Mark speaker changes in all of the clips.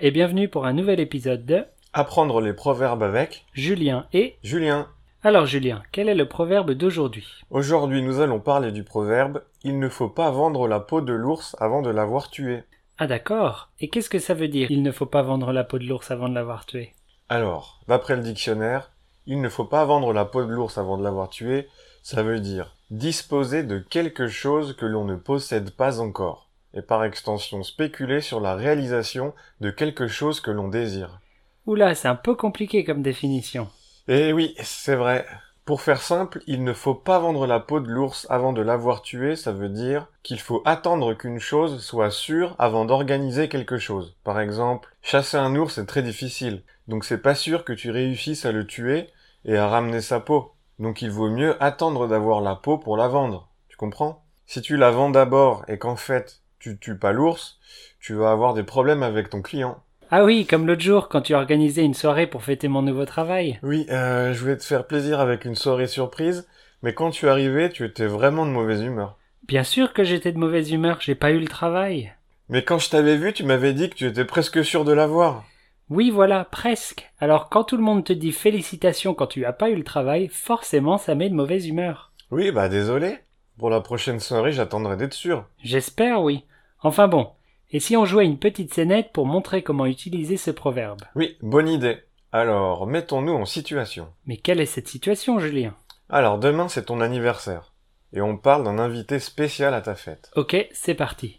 Speaker 1: et bienvenue pour un nouvel épisode de
Speaker 2: Apprendre les proverbes avec
Speaker 1: Julien et...
Speaker 2: Julien.
Speaker 1: Alors Julien, quel est le proverbe d'aujourd'hui
Speaker 2: Aujourd'hui, nous allons parler du proverbe Il ne faut pas vendre la peau de l'ours avant de l'avoir tué.
Speaker 1: Ah d'accord, et qu'est-ce que ça veut dire Il ne faut pas vendre la peau de l'ours avant de l'avoir tué
Speaker 2: Alors, d'après le dictionnaire, il ne faut pas vendre la peau de l'ours avant de l'avoir tué, ça veut dire disposer de quelque chose que l'on ne possède pas encore, et par extension spéculer sur la réalisation de quelque chose que l'on désire.
Speaker 1: Oula, c'est un peu compliqué comme définition.
Speaker 2: Eh oui, c'est vrai. Pour faire simple, il ne faut pas vendre la peau de l'ours avant de l'avoir tué, ça veut dire qu'il faut attendre qu'une chose soit sûre avant d'organiser quelque chose. Par exemple, chasser un ours est très difficile, donc c'est pas sûr que tu réussisses à le tuer et à ramener sa peau. Donc il vaut mieux attendre d'avoir la peau pour la vendre. Tu comprends Si tu la vends d'abord et qu'en fait tu tues pas l'ours, tu vas avoir des problèmes avec ton client.
Speaker 1: Ah oui, comme l'autre jour quand tu organisais une soirée pour fêter mon nouveau travail.
Speaker 2: Oui, euh, je voulais te faire plaisir avec une soirée surprise, mais quand tu arrivais, tu étais vraiment de mauvaise humeur.
Speaker 1: Bien sûr que j'étais de mauvaise humeur, j'ai pas eu le travail.
Speaker 2: Mais quand je t'avais vu, tu m'avais dit que tu étais presque sûr de l'avoir.
Speaker 1: Oui, voilà, presque. Alors quand tout le monde te dit félicitations quand tu as pas eu le travail, forcément ça met de mauvaise humeur.
Speaker 2: Oui, bah désolé. Pour la prochaine soirée, j'attendrai d'être sûr.
Speaker 1: J'espère, oui. Enfin bon. Et si on jouait une petite scénette pour montrer comment utiliser ce proverbe
Speaker 2: Oui, bonne idée. Alors, mettons-nous en situation.
Speaker 1: Mais quelle est cette situation, Julien
Speaker 2: Alors, demain, c'est ton anniversaire. Et on parle d'un invité spécial à ta fête.
Speaker 1: Ok, c'est parti.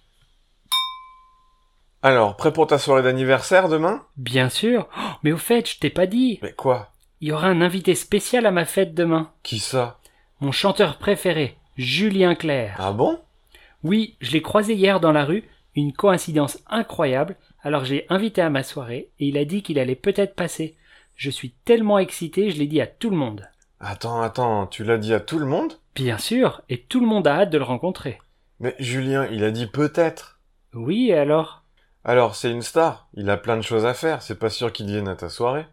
Speaker 2: Alors, prêt pour ta soirée d'anniversaire demain
Speaker 1: Bien sûr. Oh, mais au fait, je t'ai pas dit.
Speaker 2: Mais quoi
Speaker 1: Il y aura un invité spécial à ma fête demain.
Speaker 2: Qui ça
Speaker 1: Mon chanteur préféré, Julien Clerc.
Speaker 2: Ah bon
Speaker 1: Oui, je l'ai croisé hier dans la rue, une coïncidence incroyable, alors je l'ai invité à ma soirée et il a dit qu'il allait peut-être passer. Je suis tellement excité, je l'ai dit à tout le monde.
Speaker 2: Attends, attends, tu l'as dit à tout le monde
Speaker 1: Bien sûr, et tout le monde a hâte de le rencontrer.
Speaker 2: Mais Julien, il a dit peut-être.
Speaker 1: Oui, et alors
Speaker 2: Alors, c'est une star, il a plein de choses à faire, c'est pas sûr qu'il vienne à ta soirée.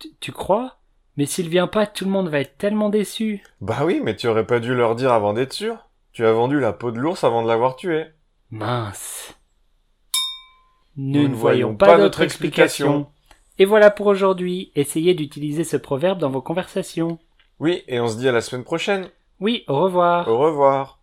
Speaker 1: Tu- Tu crois Mais s'il vient pas, tout le monde va être tellement déçu.
Speaker 2: Bah oui, mais tu aurais pas dû leur dire avant d'être sûr. Tu as vendu la peau de l'ours avant de l'avoir tué.
Speaker 1: Mince. Nous, ne voyons pas d'autre explication. Et voilà pour aujourd'hui. Essayez d'utiliser ce proverbe dans vos conversations.
Speaker 2: Oui, et on se dit à la semaine prochaine.
Speaker 1: Oui, au revoir.
Speaker 2: Au revoir.